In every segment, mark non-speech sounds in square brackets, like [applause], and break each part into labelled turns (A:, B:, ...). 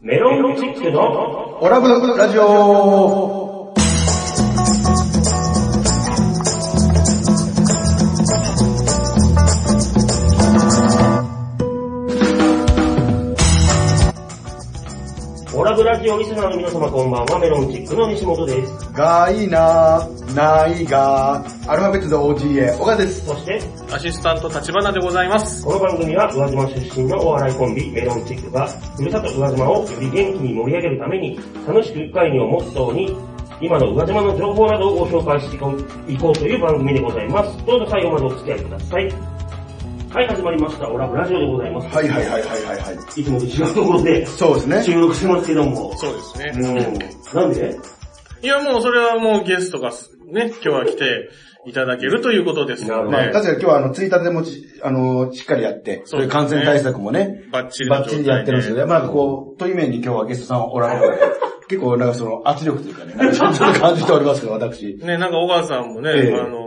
A: メロンチックの
B: オラブラジオ
A: オラブラジオリスナーの皆様こんばんは、メロンチックの西本です。
B: がいいなないがアルファベットで OGA、オガです。
A: そして、
C: アシスタント立花でございます。
A: この番組は宇和島出身のお笑いコンビ、メロンチックが、ふるさと宇和島をより元気に盛り上げるために、楽しく会議をモットーに、今の宇和島の情報などをご紹介していこういこうという番組でございます。どうぞ最後までお付き合いください。はい、始まりました。オラブラジオでございます。
B: はいはいはいはいはいはい。
A: いつもと違うところで
B: そうですね。
A: 収録してますけども。
C: そうです
A: う
C: ね。
A: ん。なんで
C: いや、もうそれはもうゲストがすね、今日は来ていただけるということですの
A: なる
C: で
A: ほ
B: 確、かに今日はあの、ツイッターでもち、あの、しっかりやって、そういう感染対策もね、
C: バッチリ
B: バ
C: の
B: ッ
C: 状
B: チリ
C: 態で。
B: やってるんですよね。まあこう、という面に今日はゲストさんおられるので、結構なんかその圧力というか [laughs] ね、ちょっと感じておりますけど、私。
C: ね、なんか小川さんもね、
B: ええ
C: あの、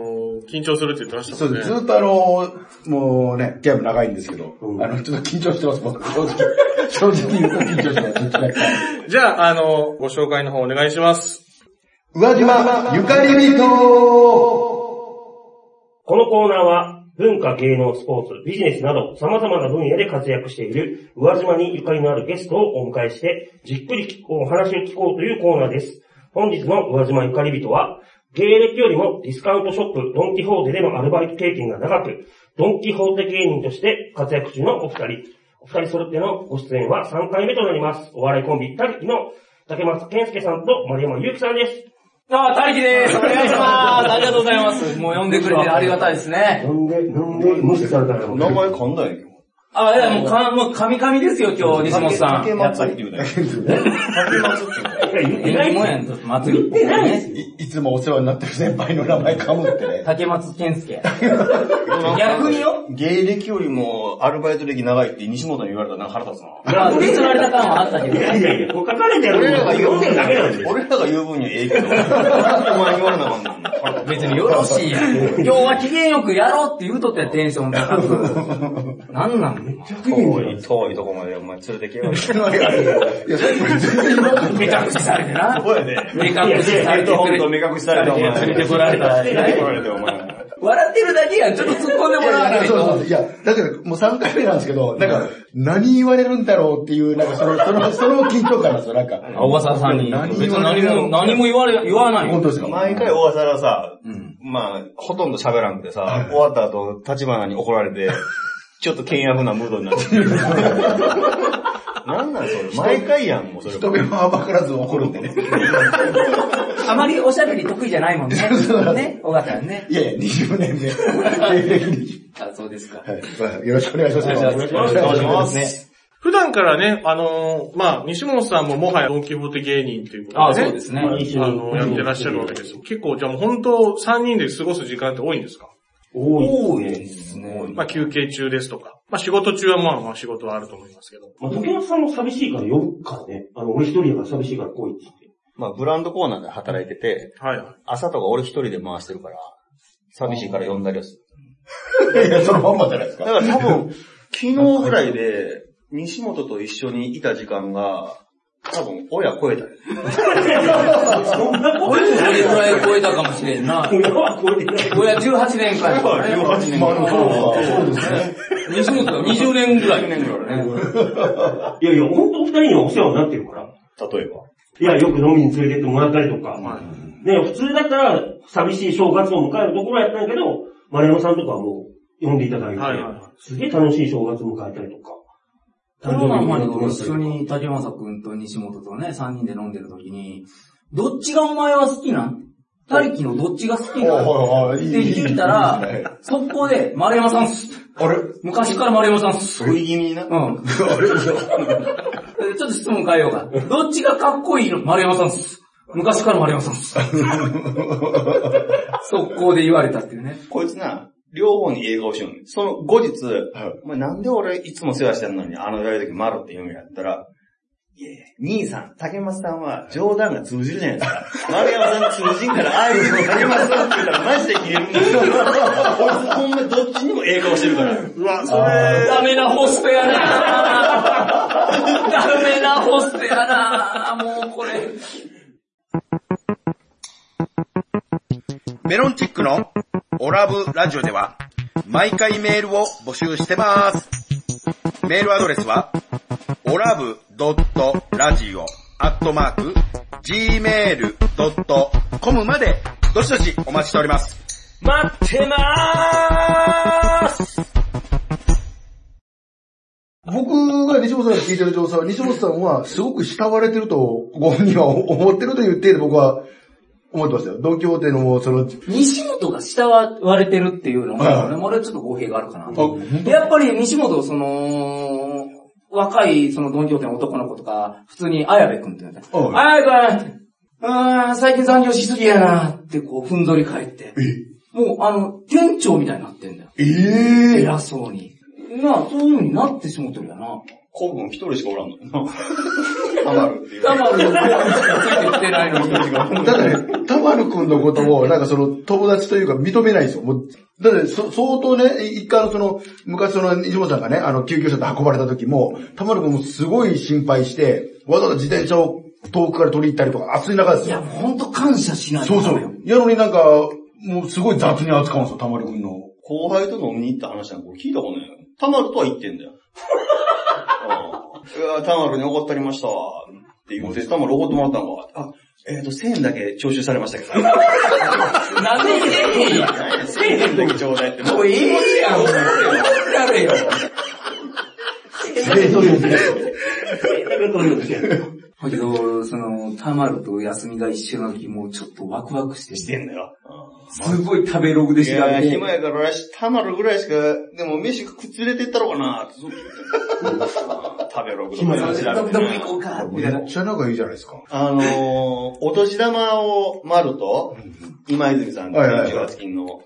C: 緊張するって言ってました
B: そ
C: も
B: うんで
C: ね。
B: す。ずっとあの、もうね、ゲーム長いんですけど、
A: うん
B: あの、ちょっと緊張してます、僕正直。正直言うと緊張してます。
C: じゃあ、あの、ご紹介の方お願いします。
B: 宇和島ゆかり人
A: このコーナーは、文化、芸能、スポーツ、ビジネスなど、様々な分野で活躍している、宇和島にゆかりのあるゲストをお迎えして、じっくり聞こうお話を聞こうというコーナーです。本日の宇和島ゆかり人は、芸歴よりもディスカウントショップ、ドンキホーテでのアルバイト経験が長く、ドンキホーテ芸人として活躍中のお二人。お二人揃ってのご出演は3回目となります。お笑いコンビ、たりきの竹松健介さんと丸山ゆうきさんです。
D: ああ、大輝です。お願いします。ありがとうございます。もう呼んでくれてありがたいですね。
A: なんで、なんで無視されたの
E: 名前噛んだんやけど。
D: あ、いや、もうか、もう、神々ですよ、今日、西本さん。
E: 竹
D: やっ
E: 松
D: ぱ
E: って
D: り。
E: 言うね。竹松って言うね。
A: 言ってない
D: 縁起もやんと、祭り。ね
B: いいつもお世話になってる先輩の名前かむってね。
D: 竹松健介。 [laughs] 逆によ。
E: 芸歴よりもアルバイト歴長いって西本に言われたらなんか腹立つな。
D: まあ、ディスられた感はあったけ
A: い
D: ど。
A: やいやいや、こう書かれてる
E: 俺らが言う
A: 読んでるだけなんですよ。
E: 俺らが言う分にはええけど、なんでお前言われなあかんの腹立つ
D: 別によろしいやん。今日は機嫌よくやろうって言うとったやんテンション高く。なんなん
E: 遠い、遠いとこまでお前連れてけよ。
B: いや、さっき全然言わなかっ
D: 目隠しされてな。
E: そうやで。
D: 目隠しされて
E: ほんと目隠しされてお前。
D: 連れてこられたら
E: 連れてこられてお前。
D: 笑ってるだけやん。ちょっと突っ込んでもらわない
B: た。そうそう
D: と。
B: そう。いや、だけどもう3回目なんですけど、なんか、何言われるんだろうっていう、なんかその、その、その緊張感なんですよ、なんか。
D: あ小笠さんに。
B: 何
D: 別
B: 言
D: に
B: われ
D: 何
B: る
D: も、何も言われ、言わないよ
B: 本当ですか
E: 毎回大沢はさ、
D: ん
E: まあ、ほとんど喋らんくてさ、終わった後、立花に怒られて、ちょっと険悪なムードになってる。 [laughs] なんなんそれ、毎回やん、もうそれ。
B: 人目も暴からず怒るんでね。
D: あまりおしゃべり得意じゃないもんね。
B: そう
D: ね、小川さんね。
B: いやいや、20年目。経歴20
D: あ、そうですか。
B: はい。よろしくお願いします。
D: よろしくお願いします
B: す。
C: 普段からね、あの、まあ、西本さんももはやドンキホーテ芸人ということで、ね。
D: あ、そうですね。
C: あの、やってらっしゃるわけですよ。結構、じゃあもう本当、3人で過ごす時間って多いんですか
A: 多いですね。
D: ですね。
C: まあ、休憩中ですとか。まあ、仕事中はまあまあ仕事はあると思いますけど。
A: まあ、時計さんも寂しいから呼ぶからね。あの、俺一人だから寂しいから来いっつって。
E: まあ、ブランドコーナーで働いてて、
C: はいはい。
E: 朝とか俺一人で回してるから、寂しいから呼んだりはする。
B: いやいや、そのまんまじゃないです
E: だ
B: か。
E: から多分、昨日ぐらいで、西本と一緒にいた時間が、多分、親超えたよ。
A: そんなこ
D: 俺もそれぐらい超えたかもしれんな。
A: とは超えてない。
D: 俺は18年くらい。
E: 18年
B: まあ、
E: ぐ
B: で
E: ら
B: もそうか。そ
E: い。
B: うですね。
D: 西本は20年ぐらい。
E: 20年ぐらい
D: ね
A: いやいや、ほんとお二人にはお世話になってるから。
E: 例えば。
A: いや、よく飲みに連れてってもらったりとか。ね、普通だったら、寂しい正月を迎えるところやったんやけど、丸山さんとかはもう、呼んでいただいて、
C: はいはいはい
A: すげえ楽しい正月迎えたりとか。
D: コロナ前
A: 誕生日
D: に
A: に
D: 一緒に竹正くんと西本とね、3人で飲んでる時に、どっちがお前は好きなんたりきのどっちが好きな
B: はい
D: んっ
B: はいはい。
D: て聞いたら、速攻で、丸山さんっす。
B: あれ
D: 昔から丸山さんっす。
E: 食い気味にな。
D: うん。
A: [laughs]
D: えーちょっと質問変えようか。どっちがかっこいいの丸山さんっす。昔から丸山さんっ
A: [laughs]
D: す。速攻で言われたっていうね。
E: こいつな、両方に映画をしようね。その後日、お前なんで俺いつも世話してんのにあのやるときマロって言うんやったら、いやいや、兄さん、竹松さんは冗談が通じるじゃないです
C: [laughs]
E: か。丸山さん通じんから、あいつの竹松さんって言ったらマジで切れ
C: [laughs]
E: るんですよ。こいつほんまどっちにもええ顔してるから。
C: うわ、それ、
D: ダメなホストや
A: [laughs]
D: なダメなホストやなもうこれ。
F: メロンチックのオラブラジオでは毎回メールを募集してます。メールアドレスはオラブドットラジオアットマーク gmail.com までどしどしお待ちしております。
A: 待ってまーす
B: 僕が西本さんに聞いてる情報さんは、西本さんはすごく慕われてると、ご本人は思ってるという程度僕は思ってましたよ。同協定のその、
D: 西本が慕われてるっていうの
B: はい
D: も、俺も俺はちょっと語弊があるかな
B: あ、ほん
D: でやっぱり西本、その、若い、その、ドンキョーテの男の子とか、普通に綾部君って言うんだよ。
B: うん
D: 綾部君うーん、最近残業しすぎやなって、こう、ふんぞり返って。もう、あの、店長みたいになってんだよ。
B: ええ
D: 偉そうに。なあ、そういう風になってしもうてるやな。
E: 古文一人しかおらんのよな。ハマるっていう。
D: たまるのしかついてきてないのに。
B: だってね、たまるくんのことを、なんかその、友達というか認めないんですよ。もう、だって、そ相当ね、一回あのその、昔その、西本さんがね、あの、救急車で運ばれた時も、たまるくんもすごい心配して、わざわざ自転車を遠くから取り行ったりとか、暑い中です
D: [laughs] いや、
B: よ。
D: もうほんと感謝しないと
B: そ
D: ダ
B: う
D: メ
B: そ
D: よ。
B: う。やのになんか、もうすごい雑に扱うんですよ、たまるくんの。
E: 後輩と飲みに行った話なんか俺聞いたことないよ。たまるとは言ってんだよ。 [laughs] うんうわたまるに怒ったりましたわ。って言って、たまる怒ってもらったのか。あ、えっ、と、1000円だけ徴収されました [laughs] けど。
D: なんで言えねえやん。
E: 1000円だけちょうだい [laughs] って。も
D: もうええやん、もう。やれよ。だけど、その、たまると休みが一緒な時、もうちょっとワクワクして。してんだよ。すごい食べログで
E: い
D: 調
E: や
D: べて
E: ー、暇。やから俺たまるぐらいしか、でも飯くっつれてったろうかなってずっと言 [laughs] ってんの食べログとか調べてな
D: どんどん行こうか、みたいな
B: めっ。ちゃ仲いいじゃないですか。
E: あのー、お年玉を丸と、今泉さんって
B: はいはいはい
E: 18金の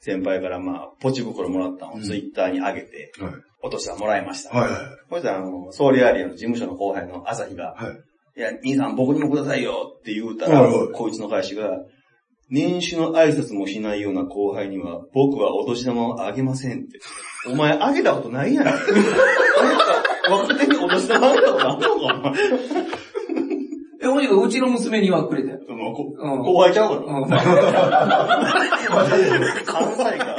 E: 先輩からまあ、ポチ袋もらったのをツイッターに上げて、
B: はい。
E: お年玉もらいました。
B: はいはい。
E: そしたらあの、ソーリアリアの事務所の後輩の朝日が、、
B: はい
E: や、兄さん僕にもくださいよって言うたら、
B: はいはい
E: こいつの返しが、年始の挨拶もしないような後輩には、僕はお年玉をあげませんって。お前あげたこ
B: [laughs]
E: とないやろ。若手にお年玉あげたことあんのか
D: え、おじがうちの娘にはくれたよ。
E: お前もうこ
D: うん
E: 後輩ちゃうから。
D: うん
E: 関西が。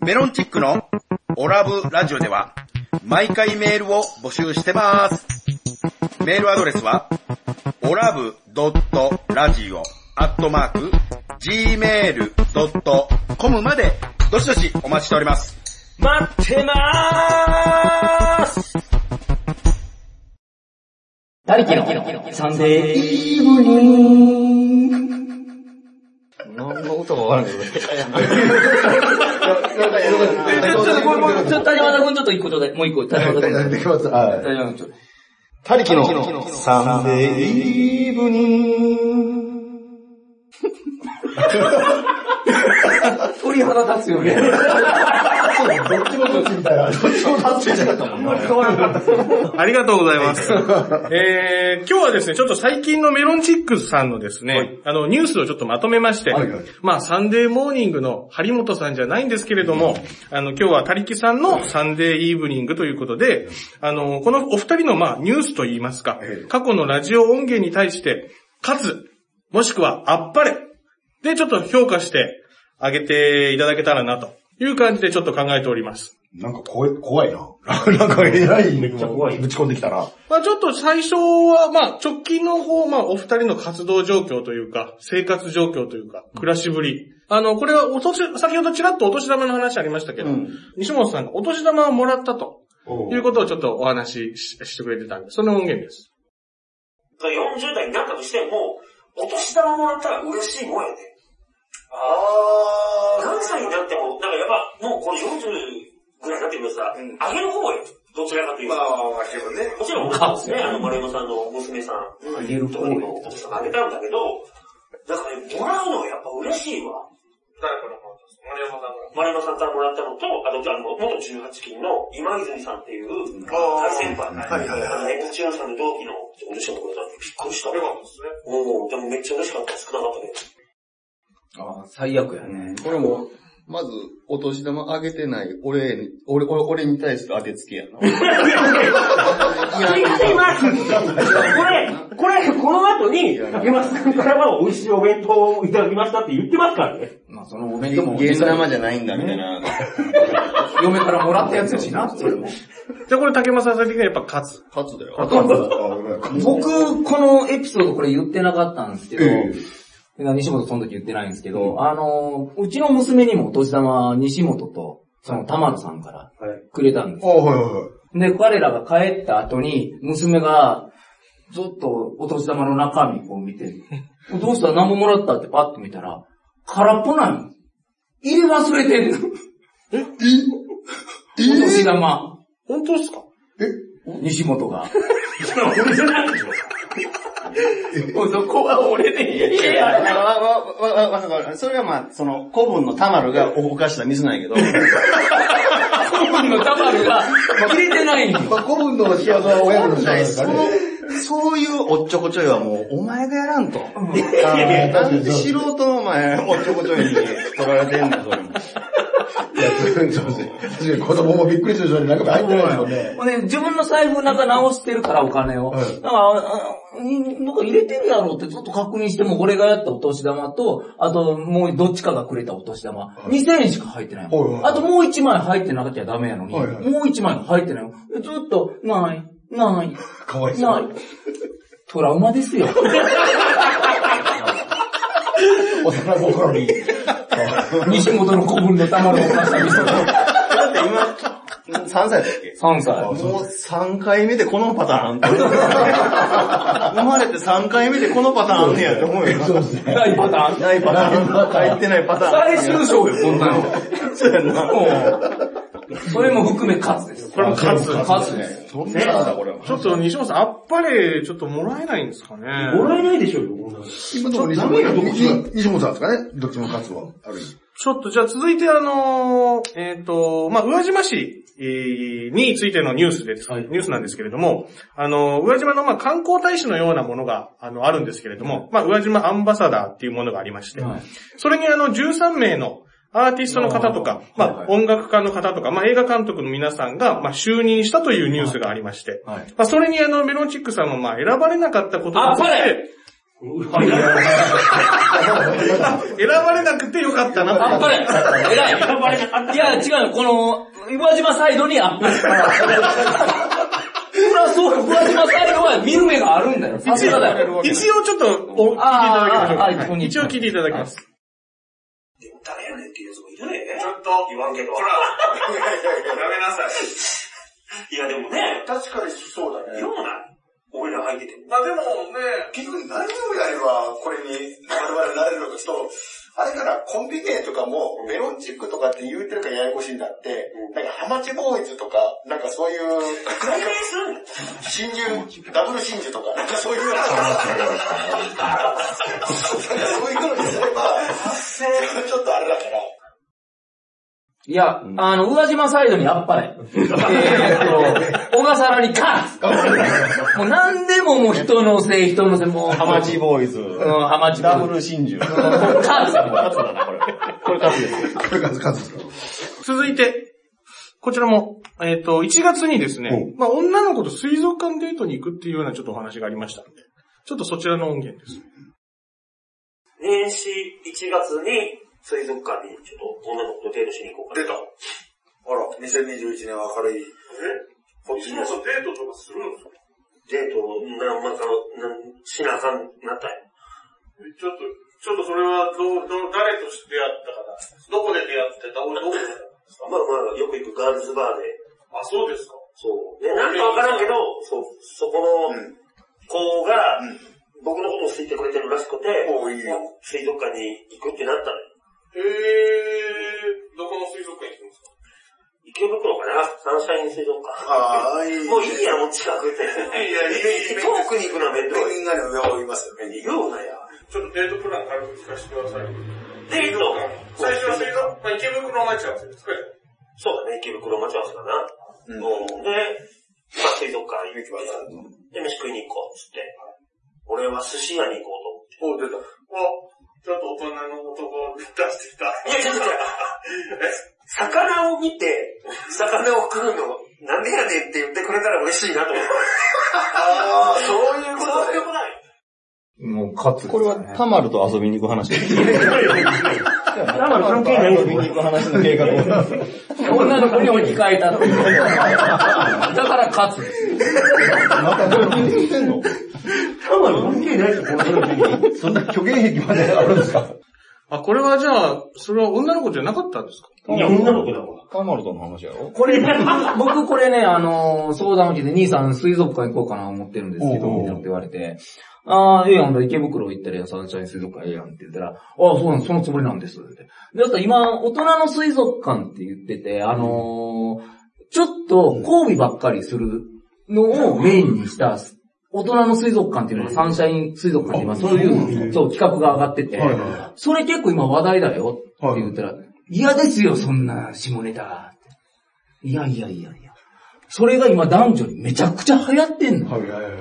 F: メロンチックのオラブラジオでは毎回メールを募集してます。メールアドレスはオラブドットラジオアットマーク gmail.com までどしどしお待ちしております。
A: 待ってまーす
D: ダリキのサンデーイブニング。
E: 何のことかわからんけど。
D: えちょっと、ごめんごめんちょっと、谷川君ちょっと一個ちょうだい。もう一個、谷川君。
B: できます。はい。
D: 谷川君ちょう
E: [laughs]
D: だい。
E: 他力のサンデーイブニング。
D: 鳥肌立つよね。
B: どっちもどっちみたいな。どっちもどっちみたいな。
C: ありがとうございます。 [laughs] えー、今日はですね、ちょっと最近のメロンチックスさんのですね、あの、ニュースをちょっとまとめまして、
B: はいはい
C: まあ、サンデーモーニングの張本さんじゃないんですけれども、あの、今日は他力さんのサンデーイーブニングということで、あの、このお二人の、まあ、ニュースといいますか
B: ええ、
C: 過去のラジオ音源に対して、かつ、もしくは、あっぱれ、で、ちょっと評価してあげていただけたらな、という感じでちょっと考えております。
B: なんか怖い、怖いな。 [laughs] なんか偉い、めっちゃ
A: 怖い
B: ぶち込んできたな。
C: まあちょっと最初は、まあ直近の方、まあお二人の活動状況というか、生活状況というか、暮らしぶり。あの、これはお年、先ほどちらっとお年玉の話ありましたけど、
E: うん
C: 西本さんがお年玉をもらったと
B: お
C: いうことをちょっとお話しししてくれてたんで、その音源です。
A: 40代になったとしても、お年玉もらったら嬉しいもんやね。あー。何歳になっても、なんかやっぱ、もうこれ40ぐらいになってくるとさ、
E: ん
A: あげる方や。どちらかというと。
E: あ、けどね。
A: もちろん僕もですね、あの、丸山さんの娘さん、
D: あげる
A: と
D: 方
A: か
D: や
A: にもお年玉あげたんだけど、なんかね、もらうのはやっぱ嬉しいわ。
G: 誰からもらったんですか丸山さんから。前野さんからもらったのと、あと、あの、元18金の今泉さんっていう大先輩。
B: はいはいは
G: あ
B: い
G: の、エクチューンさんの同期の女子の子だってびっくりした。よかったですね。うん、でもめっちゃ嬉しかった。少なかったね。
D: ああ、最悪やね。
E: これも、まず、お年玉あげてない、俺に、俺、俺、俺に対する当てつけやな。
G: すいません、今
A: これ、これ、この後に、山田さんからは美味しいお弁当をいただきましたって言ってますからね。
D: まあそのお弁
E: ゲ
D: 当も、
E: ーム生じゃないんだ、みたいな。
D: 嫁からもらったやつやしな、それも。
C: じゃあこれ竹正さん的にはやっぱ勝つ。
E: 勝つだよ。
D: 僕、このエピソードこれ言ってなかったんですけど、
B: え
D: 西本その時言ってないんですけど、あの、うちの娘にもお年玉、西本と、その玉野さんから
A: はい。
D: くれたんです
B: あはいはいはい。
D: で、彼らが帰った後に、娘が、ちょっとお年玉の中身を見 [laughs] て、どうした何ももらったってパッと見たら、空っぽなの。入れ忘れてんの。
B: え
D: お年玉、
C: 本当っすか
D: 西本 [laughs] が。そこは俺で言え
E: わ、
D: や。
E: わ、わ、わ、わ、わ、それはまあ、その、古文のタマルが犯したミスなんやけど、
D: コブンのタバルが入れてないんよ。
B: まあ、古文の仕業は親 [laughs] 子の仕業ですからね。
E: そういうおっちょこちょいはもう、お前がやらんと。なんで素人のお前、おっちょこちょいに取られてんだ、それも。
B: いやそうですね確かに子供もびっくりするじゃないなんか入ってないですもんね。
D: ほんで自分の財布の中直してるからお金を。
B: はい
D: だから、ああになんか入れてるやろうってずっと確認しても、俺がやったお年玉と、あともうどっちかがくれたお年玉、2000円しか入ってない
B: はいはいは
D: の。
B: い
D: あともう1枚入ってなきゃダメやのに、
B: はいはい
D: もう1枚が入ってないの。ずっと、ない、ない、
B: かわいそ
D: な
B: う。
D: い。トラウマです
B: [laughs]
D: よ。
B: 幼心に。
D: 西本の古文の玉のお母さんにその
E: だって今、3歳だっけ
D: 3歳。
E: もう3回目でこのパターンって。生まれて3回目でこのパターンあんねやって思うよ。
B: そうですね。
D: ないパターン。
E: ないパターン。入ってないパターン。
D: 最終章よ、そんなの。
E: そうやんな。
D: うんそれも含め勝つです。これも勝つ。勝つです。
E: そんなんだ、これは。
C: ちょっと西本さん、あっぱれ、ちょっともらえないんですかね。
A: もらえないでしょうよ、こんなの
B: 今のところ西本さんに西本さんですかねどっちも勝つは。ある意味。
C: ちょっとじゃあ続いてあのーえっ、と、まあ、宇和島市、えーについてのニュースです、ニュースなんですけれども、あのー、宇和島のまあ観光大使のようなものが、あの、あるんですけれども、まあ、宇和島アンバサダーっていうものがありまして、
D: はい
C: それにあの、13名のアーティストの方とか、まあ、
D: はいはい
C: 音楽家の方とか、まあ、映画監督の皆さんが、まあ、就任したというニュースがありまして、
D: はい
C: まあ、それにあの、メロンチックさんもまあ、選ばれなかったことについて、 [laughs] 選ばれなくてよかったな
D: あっぱれ偉いいや、違うよ、この、岩島サイドにあっぱれ。 [laughs] そりゃそう、岩島サイドは見る目があるんだよ。さすがだよ。
C: 一応ちょっとお、聞いていただきましょう
D: あーあーあー
C: はい
D: ここに
C: 一応聞いていただきます。
G: でも誰やねんっていうやつもいるね。ちょっと。言わんけど。ほら。やめなさい。いやでもね。確かにそうだね。ようない。俺ら入ってても。まあでもね。
H: 結局何人ぐらいはこれに我々なれるのかちょっと、あれからコンビ名とかもメロンチックとかって言うてるからややこしいんだって、なんかハマチボーイズとか、なんかそういう、なんか新入、ダブル真珠とか、なんかそういう、なんかそういうのにすれば、ちょっとあれだから。
D: いや、あの、宇和島サイドにあっぱれ。えーっと、小笠原に勝つもう何でももう人のせい、人のせい、もう、
E: ハマチボーイズ。
D: うん、ハマチ
E: ダブル
D: [laughs]
E: 真珠。
D: 勝つ
E: 勝つだな、これ。これ勝つです。
B: これ勝つ、勝つですか
C: 続いて、こちらも、えっ、と、1月にですね、まあ女の子と水族館デートに行くっていうようなちょっとお話がありましたんで、ちょっとそちらの音源です。
G: 年始1月に水族館にちょっと女の子とデートしに行こうかな。出た。
H: あら、2021年明るい。
G: こっちのデートとかするのデートを、な、まさの、なんしなあかんなったよ。ちょっと、ちょっとそれは、ど、ど、誰と出会ったかなどこで出会ってたどこでまあまあ、よく行くガールズバーで。あ、そうですかそう。で、なんかわからんけど、そう、そこの子が、僕のことを好いてくれてるらしくて、
H: おういいよ
G: 水族館に行くってなったのよ。へー、どこの水族館行くんですか池袋かなサンシャイン水族館。
H: ああ、いい
G: [laughs] もういいや、もう近くて。い
H: やいやいや
G: 遠くに行くのは面倒い。
H: みんなで上を言いますよね。
G: ようなや。ちょっとデートプラン軽く聞かせてください。デート。
C: 最初はそれが、まあ、池袋待ち合わせですか
G: そうだね、池袋町合わせかな。うん、で、まあ、水族館行って、で、飯食いに行こうっつって、俺は寿司屋に行こうと思って。
C: お、ちょっと大人の男を出してきた。
G: いや
A: [laughs]
G: いやいや、魚を見て、魚を食うの、なんでやねんって言ってくれたら嬉しいなと思って。
H: ああ、そういうこ
G: そう
H: と
G: い
H: ね
G: うことない。
D: もう勝つ、
E: これはタマルと遊びに行く話です。タマル
A: 関係ない
E: 遊びに行く話の計画を。
D: 女の子に置き換えたっていう。だから勝つですよ。
E: またこれ言ってんの
A: タマル関係ないですよ、この
E: そんな虚言癖まであるんですか
C: あ、これはじゃあ、それは女の子じゃなかったんですか
A: いや、女の子だもん。
E: タマルとの話やろ
D: これ、僕これね、あの、相談を受けて、兄さん水族館行こうかな思ってるんですけど、
E: おうおう
D: みたいなこと言われて、ああ、ええやん、池袋行ったらサンシャイン水族館ええやんって言ったら、ああ、そうなんそのつもりなんです。って。で、あと今、大人の水族館って言ってて、あのーちょっと交尾ばっかりするのをメインにした、大人の水族館っていうのがサンシャイン水族館って今そういう、そう、企画が上がってて、それ結構今話題だよって言ったら、嫌ですよ、そんな下ネタが。いやいやいやいや。それが今男女にめちゃくちゃ流行ってんの。
B: はいはいはい。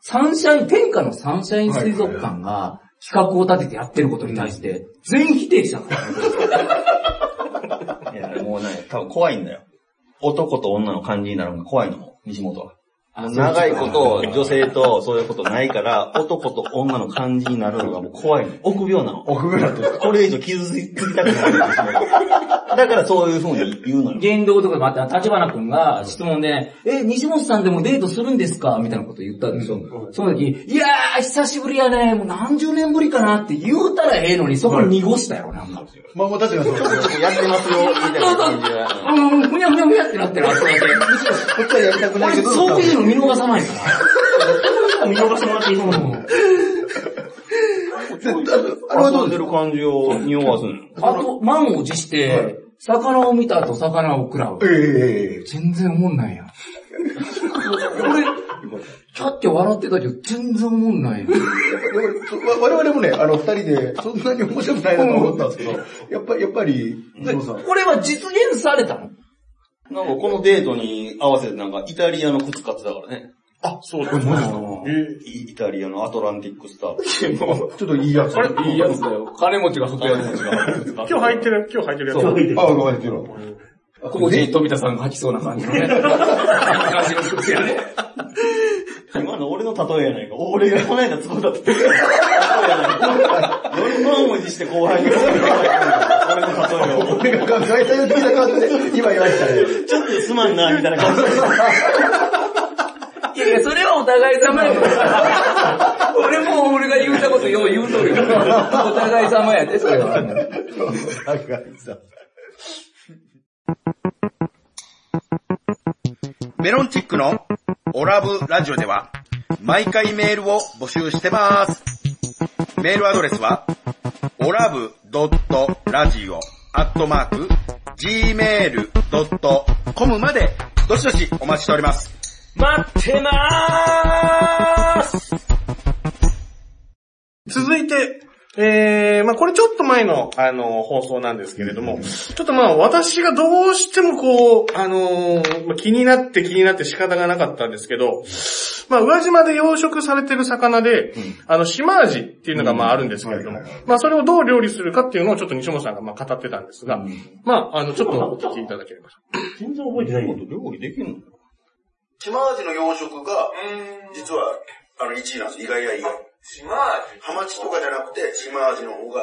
D: サンシャイン、天下のサンシャイン水族館が企画を立ててやってることに対して、全否定したからね。
E: いや、もうね、多分怖いんだよ。男と女の感じになるのが怖いのも、西本は。
D: あ
E: 長いこと、女性とそういうことないから、男と女の感じになるのがもう怖いの。臆病なの。
B: 奥村と。
E: これ以上傷つきたくないん [laughs] ですよ。だからそういう風に言うのよ。
D: 言動とかでもあった立花くんが質問で、え、西本さんでもデートするんですかみたいなこと言ったんでしょ。その時、いやー、久しぶりやね、もう何十年ぶりかなって言うたらええのに、そこ濁したよ、なんか。
B: まあまあ確かにそう。
E: やってますよ、みたいな感じで。
D: うん、ふにゃふにゃふにゃってなってる、あそこだけ。
E: こっちはやりたくない
D: 俺、
E: けど、
D: そういうの見逃さないから。
A: 見逃してもらっていいと思う。
E: 遊んでる感じを匂わすのよ。
D: あと、満を持して、魚を見た後魚を食らう。
B: ええええ
D: 全然思んないやん。俺、キャッキャ笑ってたけど、全然思んないやん。
B: 我々もね、あの、二人で、そんなに面白くないなと思ったんですけど、やっぱり、やっぱり、西本さん。
D: これは実現されたの
E: なんかこのデートに合わせてなんかイタリアの靴買ってたからね。
C: あ、そうです。
E: イイタリアのアトランティック [laughs] スター。
B: ちょっといいやつ。あれ
D: いいやつだよ。金持ちが服屋です
E: 今
C: 今日履いてる、今日履いてるやつ。
A: そう言って
B: あ、ごめんなさい、
D: ここに富田さんが履きそうな感じのね。昔の服屋で。
E: 今の俺の例えやないか。俺がこの間ツボだった。例えやないか。俺の思いにして後輩に。俺の例えを。
B: 俺が考えたような感じで、今言われたね。
E: ちょっとすまんな、みたいな感じで。
D: いやいや、それはお互い様や。俺も俺が言うたことよう言うとるよ。お互い様やで、それは。
F: メロンチックのオラブラジオでは毎回メールを募集してます。メールアドレスはオラブドットラジオアットマーク gmail.com までどしどしお待ちしております。
C: 続いて、えー、まあこれちょっと前の、あの、放送なんですけれども、ちょっとまあ私がどうしてもこう、あのーまあ気になって気になって仕方がなかったんですけど、まあ宇和島で養殖されてる魚で、あの、島味っていうのがまああるんですけれども、まあそれをどう料理するかっていうのをちょっと西本さんがまあ語ってたんですが、まああの、ちょっとお聞きいただければと。
A: 全然覚えてないもん。
E: 料理できんの
H: 島味の養殖が、実は、あの、1位なんです。意外や意外。島味ハマチとかじゃなくて、島味の方が、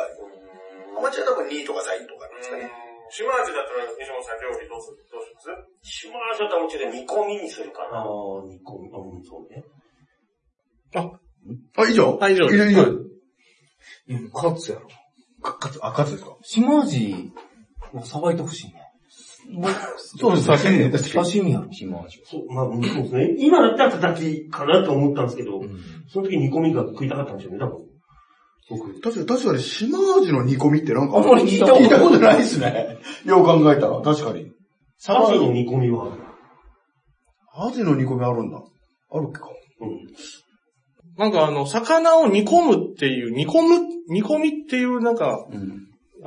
H: ハマチは多分2位とか3位とかなんですかね。
G: 島味だったら西本さん料理どうするどうします島味だったらもうちょっと煮込みにするかな。
A: あー、煮込み、あ、うんそうね。
B: あ、以上
C: あ以上
B: 以上、以上。
D: いや、勝つやろ。
B: かつ、あ、かつですか
D: 島味をさばいてほしいね。
B: そうです、刺身で。確かに。
D: 刺身やろ。
A: そう、まあ、うんそうですね。今だったら叩きかなと思ったんですけど、その時煮込みが食いたかったんでしょうね、多分。僕。
B: 確かに、確かに、島味の煮込みってなんか、
D: あんまり聞いたこと
B: 聞いたことないですね。よう考えたら、確かに。
A: サバの煮込みは、
B: アジの煮込みあるんだ。あるっけか。
A: うん。
C: なんかあの、魚を煮込むっていう、煮込む、煮込みっていうなんか、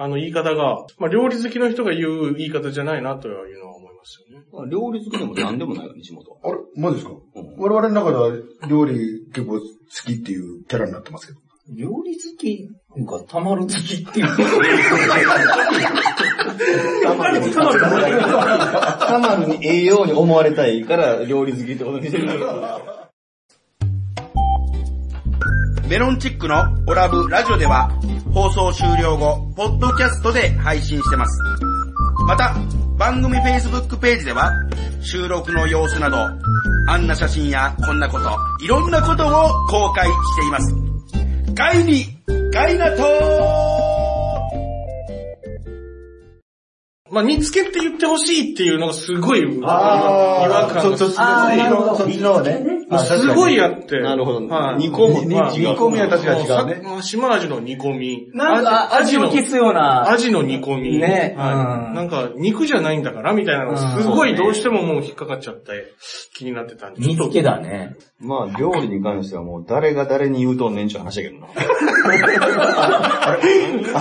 C: あの、言い方が、まあ、料理好きの人が言う言い方じゃないなというのは思いますよね。
E: 料理好きでも何でもないから、西本は。
B: あれマジですか
E: ん
B: 我々の中では料理結構好きっていうキャラになってますけど。
D: 料理好きがたまる好き
E: [laughs]
D: っていう。
E: たまに栄養に思われたいから、料理好きってことにしてるんだけど。
F: メロンチックのオラブラジオでは放送終了後、ポッドキャストで配信してます。また、番組 Facebook ページでは収録の様子など、あんな写真やこんなこと、いろんなことを公開しています。ガイに、ガイナトー
C: まあ、煮付けって言ってほしいっていうのがすごい、違和
B: そ
C: 感
B: そ
C: が
B: っちの、そっちの方ね。あ
C: すごい
B: や。
C: やって。
E: なるほど。
C: はい。
E: 煮込む。
B: に煮込みは確かに違うね。
C: もうさ島味の煮込み。
D: なんか
C: アジ
D: 味を消すような。
C: アジの煮込み。
D: ね
C: は
D: う
C: い。
D: ん
C: なんか、肉じゃないんだから、みたいなのがすご
D: う
C: い
D: ん
C: どうしてももう引っかかっちゃって、気になってたんで。
D: 煮付けだね。
E: [laughs] まあ、料理に関してはもう、誰が誰に言うとんねんちゅう話だけどな。
A: ま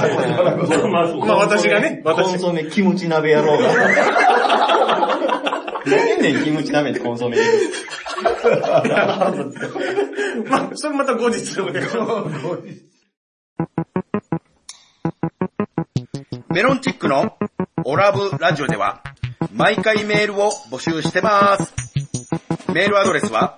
A: あ、そう
C: まあ、私がね、
E: コン
C: 私。
E: ソメキムチ鍋やろうが。 [laughs] 何やねん、キムチ鍋ってコンソメ言う
C: [laughs] まあ、それまた後日でお願いします。
F: メロンチックのオラブラジオでは毎回メールを募集してます。メールアドレスは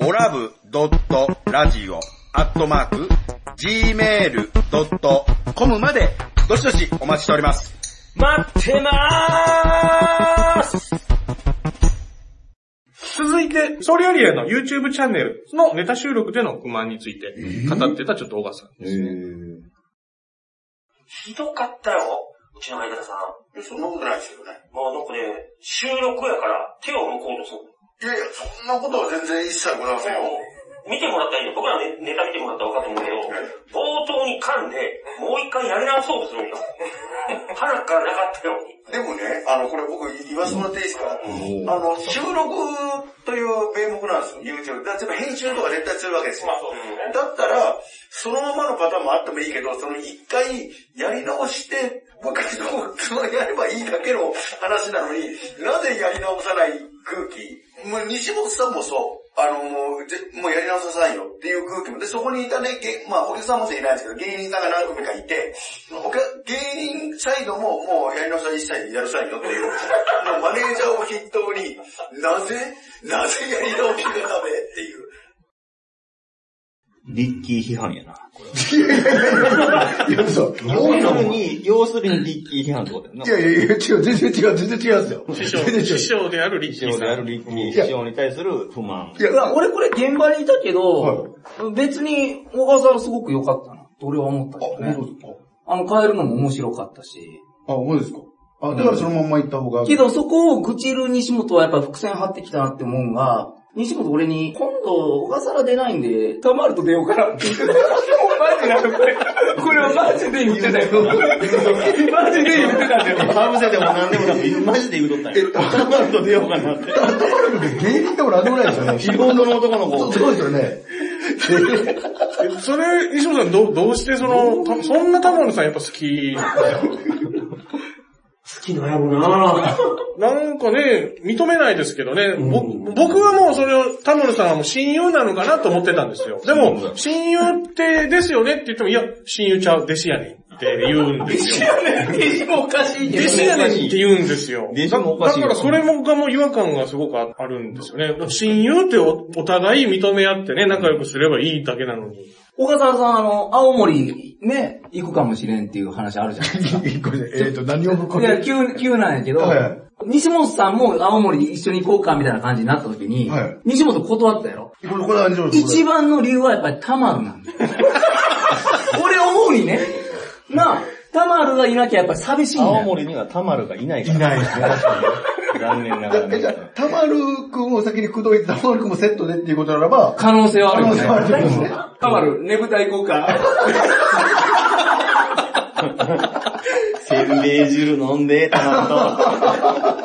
F: オラブドットラジオアットマーク gmail.com までどしどしお待ちしております。
A: 待ってまーす
C: 続いて、ソリアリアの YouTube チャンネルのネタ収録での不満について語ってたちょっと小川 [laughs] さん。
G: ひどかったよ、うちの相方さん。
H: えそんなことないですよね。
G: まあなんかね、収録やから手を抜こうとする。
H: いやいや、そんなことは全然一切ございませんよ。
G: 見てもらったらいいよ。僕らねネタ見てもらったら分かると思うけど、冒頭に噛んで、もう一回やり直そうとするんよ。腹からなかったように。
H: でもね、あの、これ僕言わせてもらっていいですか、あの、収録という名目なんですよ、YouTube。だから編集とか絶対するわけですよ。だったら、そのままのパターンもあってもいいけど、その一回やり直して、もう一回そのそのやればいいだけの話なのに、なぜやり直さない空気もう西本さんもそう。あの、もう、ぜもうやり直させないよっていう空気も。で、そこにいたね、げまあ、お客さんもそういないですけど、芸人さんが何組かいて、お客芸人サイドももうやり直さ一切やるさいよっていう、もうマネージャーを筆頭に、なぜ、なぜやり直しのためっていう。
E: リッキー批判やな。
B: いや、嘘。。
E: 要するに、要するにリッキー批判ってことやない
B: やいやいや、違う、全然違う、全然違うんですよ。
C: 師
B: 全然違
C: 匠、
B: う
C: 師匠であるリッキ
E: 師
C: ー
E: 匠
C: さ
E: であ
C: ん。
E: るリッキー師匠に対する不満。
B: いや
D: いや、俺これ現場にいたけど、別に小川さんはすごく良かったな、と俺は思ったけど
B: あ、
D: ね
B: 本。当ですか
D: あの、変えるのも面白かったし。
B: あ、本当ですかあ、だからそのまんま行った方が。
D: けどそこを愚痴る西本はやっぱ伏線張ってきたなって思うんが、西本俺に、今度、小笠原出ないんで、たまると出ようかな [laughs] って言ってた。マジなのこれ。これはマジで言ってたよ。 [laughs] マジで言ってたんだよ。
E: かぶせても何でもなく、マジで言うとったんや。たまると出ようかなって。
B: 芸人でもなんでもないですよね。
E: 仕事の男の子。
B: そうですよね。
C: えそれ、西本さんどう、どうしてその、たそんな玉野さんやっぱ好き
A: 好きなんやろなぁ。
C: なんかね、認めないですけどね、ぼ僕はもうそれを、タモリさんはもう親友なのかなと思ってたんですよ。でも、親友ってですよねって言っても、いや、親友ちゃう、弟子やねんって言うんですよ。
D: 弟子も [laughs] おかしいけ
C: 弟
D: どね
C: 子やねんって言うんですよ。
E: 弟子もおかしい
C: だ
E: よ
C: からそれもがもう違和感がすごくああるんですよね。親友っておお互い認め合ってね、仲良くすればいいだけなのに。
D: 小笠原さん、あの、青森ね、行くかもしれんっていう話あるじゃないです
B: ご
D: か。
B: めんなさいえっと、何をぶっこ
D: いや、急、急なんやけど、
B: はい
D: 西本さんも青森一緒に行こうかみたいな感じになった時に、
B: はい
D: 西本断ったやろ。
B: これ、これ何条です
D: 一番の理由はやっぱりタマルなんだ
B: [laughs]
D: よ。俺思うにね、なあ、タマルがいなきゃやっぱり寂しいんだ
E: 青
D: よ。
E: 森にはタマルがいないから。いないですね。残念ながら
B: え、じゃあ
E: ね。、
B: たまるくんを先に口説いて、たまるくんもセットでっていうことならば、
D: 可能性はあるよね。
B: 可能性はあるよね
D: タマル、ねぶた行こうか。 [laughs]
E: せんべい汁飲んで、タマルと。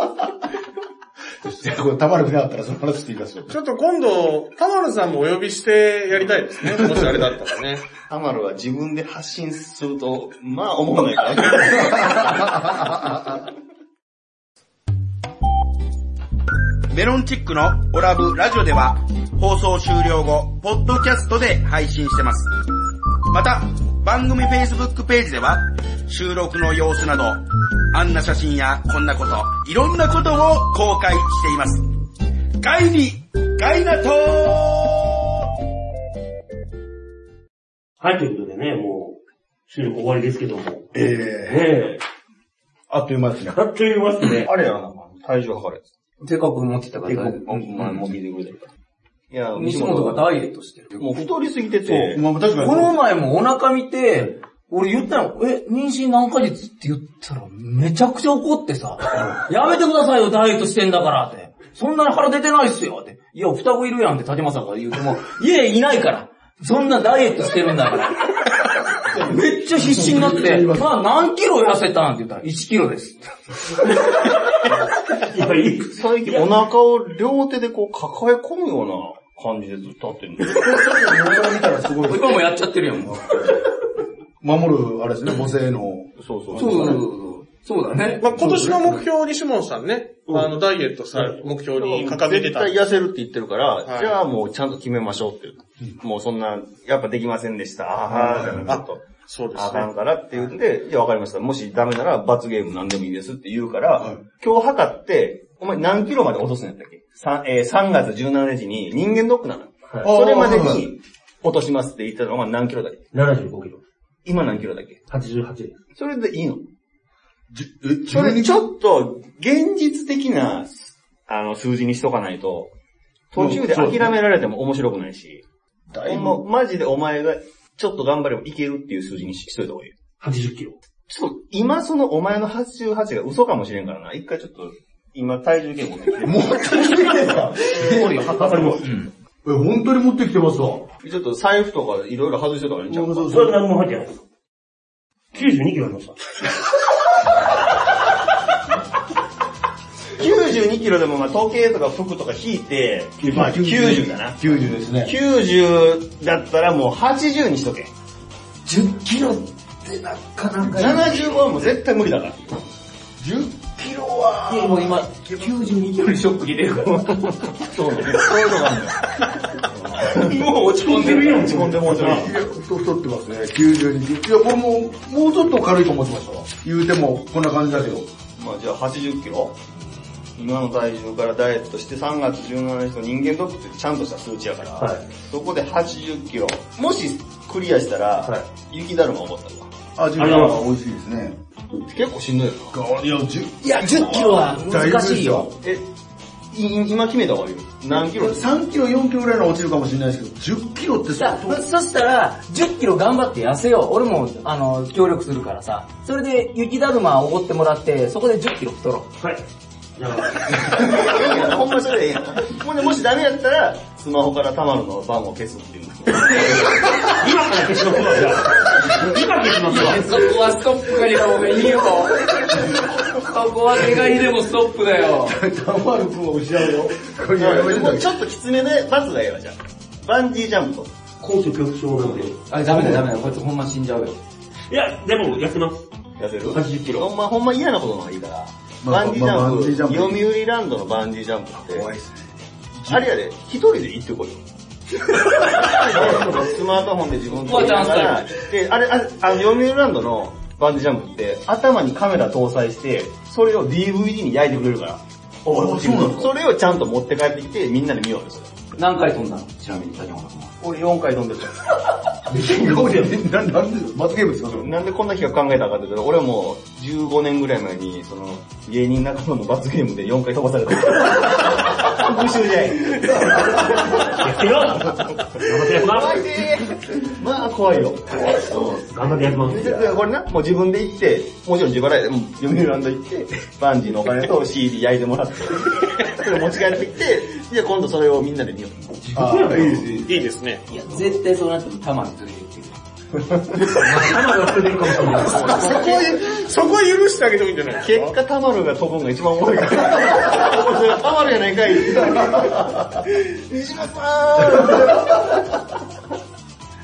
B: いや、これ、たまるくなかったら、その話していいかすよ。
C: ちょっと今度、田丸さんもお呼びしてやりたいです [laughs] ね。もしあれだったらね。
E: タマルは自分で発信すると、まあ思わないから。
F: メロンチックのオラブラジオでは放送終了後、ポッドキャストで配信してます。また、番組 Facebook ページでは収録の様子など、あんな写真やこんなこと、いろんなことを公開しています。ガイに、ガイナトー
A: はい、ということでね、もう、収録終わりですけども。ね
B: ええ
A: え、
B: あっという間ですね。
A: あっという間ですね。
E: あれやな、体重測れ。
D: せっかく持ってたから、
E: お前も見てくれてるから。いや、
D: 西本がダイエットしてる。
E: もう太りすぎて
B: そう。
E: て、
B: まあ、確かに。
D: この前もお腹見て、俺言ったの、え、妊娠何ヶ月って言ったら、めちゃくちゃ怒って [laughs] さ、やめてくださいよ、ダイエットしてんだからって。そんなに腹出てないっすよって。いや、双子いるやんって立正が言うても、いやいないから。そんなダイエットしてるんだから。 [laughs] めっちゃ必死になって、まあ何キロ痩せたんって言ったら、1キロです。
A: やっぱり、
E: 最近お腹を両手でこう抱え込むような感じでずっと立ってる
B: 見たらすごい。
D: [laughs] 今もやっちゃってるやん。
B: 守る、あれですね、母性の。
E: そうそう。
D: そうそうそうそう。そうだね。
C: まあ、今年の目標、西本さんね、あの、ダイエットさ、目標に掲げて
E: 絶
C: た。
E: 対痩せるって言ってるから、
C: い
E: じゃあもうちゃんと決めましょうっていう。もうそんな、やっぱできませんでした。ああ、じゃなくと。
C: そうです
E: あ
C: ね
E: か。んからって言って、いやわかりました。もしダメなら罰ゲーム何でもいいですって言うから、今日測って、お前何キロまで落とすんやったっけ 3,、えー3月17日に人間ドックなの。それまでに落としますって言ったのが何キロだっけ
A: 75キロ。
E: 今何キロだっけ
A: 88です。
E: それでいいの
B: え
E: それちょっと現実的なあの数字にしとかないと、途中で諦められても面白くないし、ほんま、マジでお前がちょっと頑張ればいけるっていう数字にしといた方がいい。
A: 80キロ。
E: ちょっと今そのお前の88が嘘かもしれんからな。一回ちょっと、今体重計持ってきて。
B: 持ってきてるんですか
A: 測ります。
B: え、本当に持ってきてますわ。
E: [laughs] ちょっと財布とかいろいろ外してたからいいんちゃうか
A: それは何も入ってないです。92キロありました。
E: 92キロでもまあ時計とか服とか引いて、まあ90だな。
B: 90ですね。
E: 90だったらもう80にしとけ。
D: 10キロってなかなかいい
E: 75はもう絶対無理だから。
B: 10キロは、
D: いやもう今、92キロにショック受けてるから。
E: そうね。そういうのがあるんだよ。もう落ち込んでるよ、落ち込んでもうちょい。
B: いや太太ってますね。92キロ。いや、もう、もうちょっと軽いと思ってましたわ。言うても、こんな感じだけど。
E: まあじゃあ80キロ今の体重からダイエットして3月17日の人間ドックってちゃんとした数値やから、
A: はい
E: そこで80キロ。もしクリアしたら、
A: はい
E: 雪だるま思ったわ。
B: 味が美味しいですね。
E: 結構しんどいよな。
B: いや、10、
D: いや、10キロは難しいよ。
E: え、い今決めた方がいいよ。何キロ
B: 3キロ、4キロぐらいの落ちるかもしれないですけど、10キロって
D: さ
B: さ、
D: あ、そしたら、10キロ頑張って痩せよう。俺も、あの、協力するからさ。それで、雪だるまおごってもらって、そこで10キロ太ろ
A: はい。じゃあ、
E: いやほんまそれでええやん。ほんでもしダメやったら、スマホからタマルの番号消すっていう。
A: 今から消しますわ、じゃあ。今消しますわ。
D: う。そこはストップがいいよ、いいよ。そこは手がいでもストップだよ。
B: たまるくんを失うよ。これやめて
E: も
B: た
E: う
B: け
E: ち
B: ど
E: ょっときつめで罰がええわ、じゃあ。バンジージャンプと。
A: 高所恐怖症なんで。
D: あ、ダメだダメだ、こいつほんま死んじゃうよ。
A: いや、でも、やってます。
E: 痩せる
A: 80キロ
E: ほんま、ほんま嫌なことの方がいいから。
B: まあ
E: バンジージャ
B: ま
E: ンプ、
B: あバンジージャンプ
E: 読売ランドのバンジージャンプって、
B: 怖いっすね。
E: あれやで、一人で行ってこいよ。スマートフォンで自分撮りながら、で、あれ、ああの、読売ランドのバンジージャンプって、頭にカメラ搭載して、それを DVD に焼いてくれるから。
B: あ、そうなの
E: それをちゃんと持って帰ってきて、みんなで見ようよ、それ。
D: 何回飛んだのちなみに、竹本君は。
E: 俺4回飛んでた。
B: 顔でななんで、罰ゲームですかそれ。
E: なんでこんな企画考えたかって言ったら、俺はもう15年ぐらい前に、その、芸人仲間の罰ゲームで4回飛ばされた。復讐じゃ
A: やってよ頑張ってやってます。
E: い。まあ怖いよ。そう
A: 頑張ってやってます。
E: でこれな、もう自分で行って、もちろん自腹やで、うん読売ランド行って、バンジーのお金と CD 焼いてもらって、それ持ち帰ってきて、じゃあ今度それをみんなで見よう。
B: あ、いいですね。
C: いいですね。
D: いや、絶対そうなってもたまに連れて行ってくる。
C: そこは、そこは許してあげてもいいんじゃないです
E: 結
C: か
E: 果、タマルが飛ぶのが一番多いから。タマルやないかい。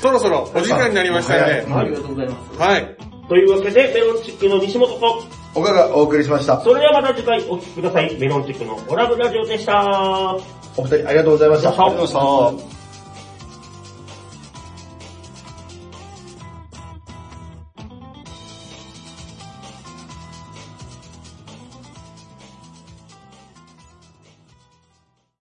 C: そろそろお時間になりましたね。
D: ありがとうございます。
C: はい。
A: というわけで、メロンチックの西本と、
B: 岡がお送りしました。
A: それではまた次回お聴きください。メロンチックのオラブラジオでした。
B: お二人ありがとうございました。
A: ありがとうございました。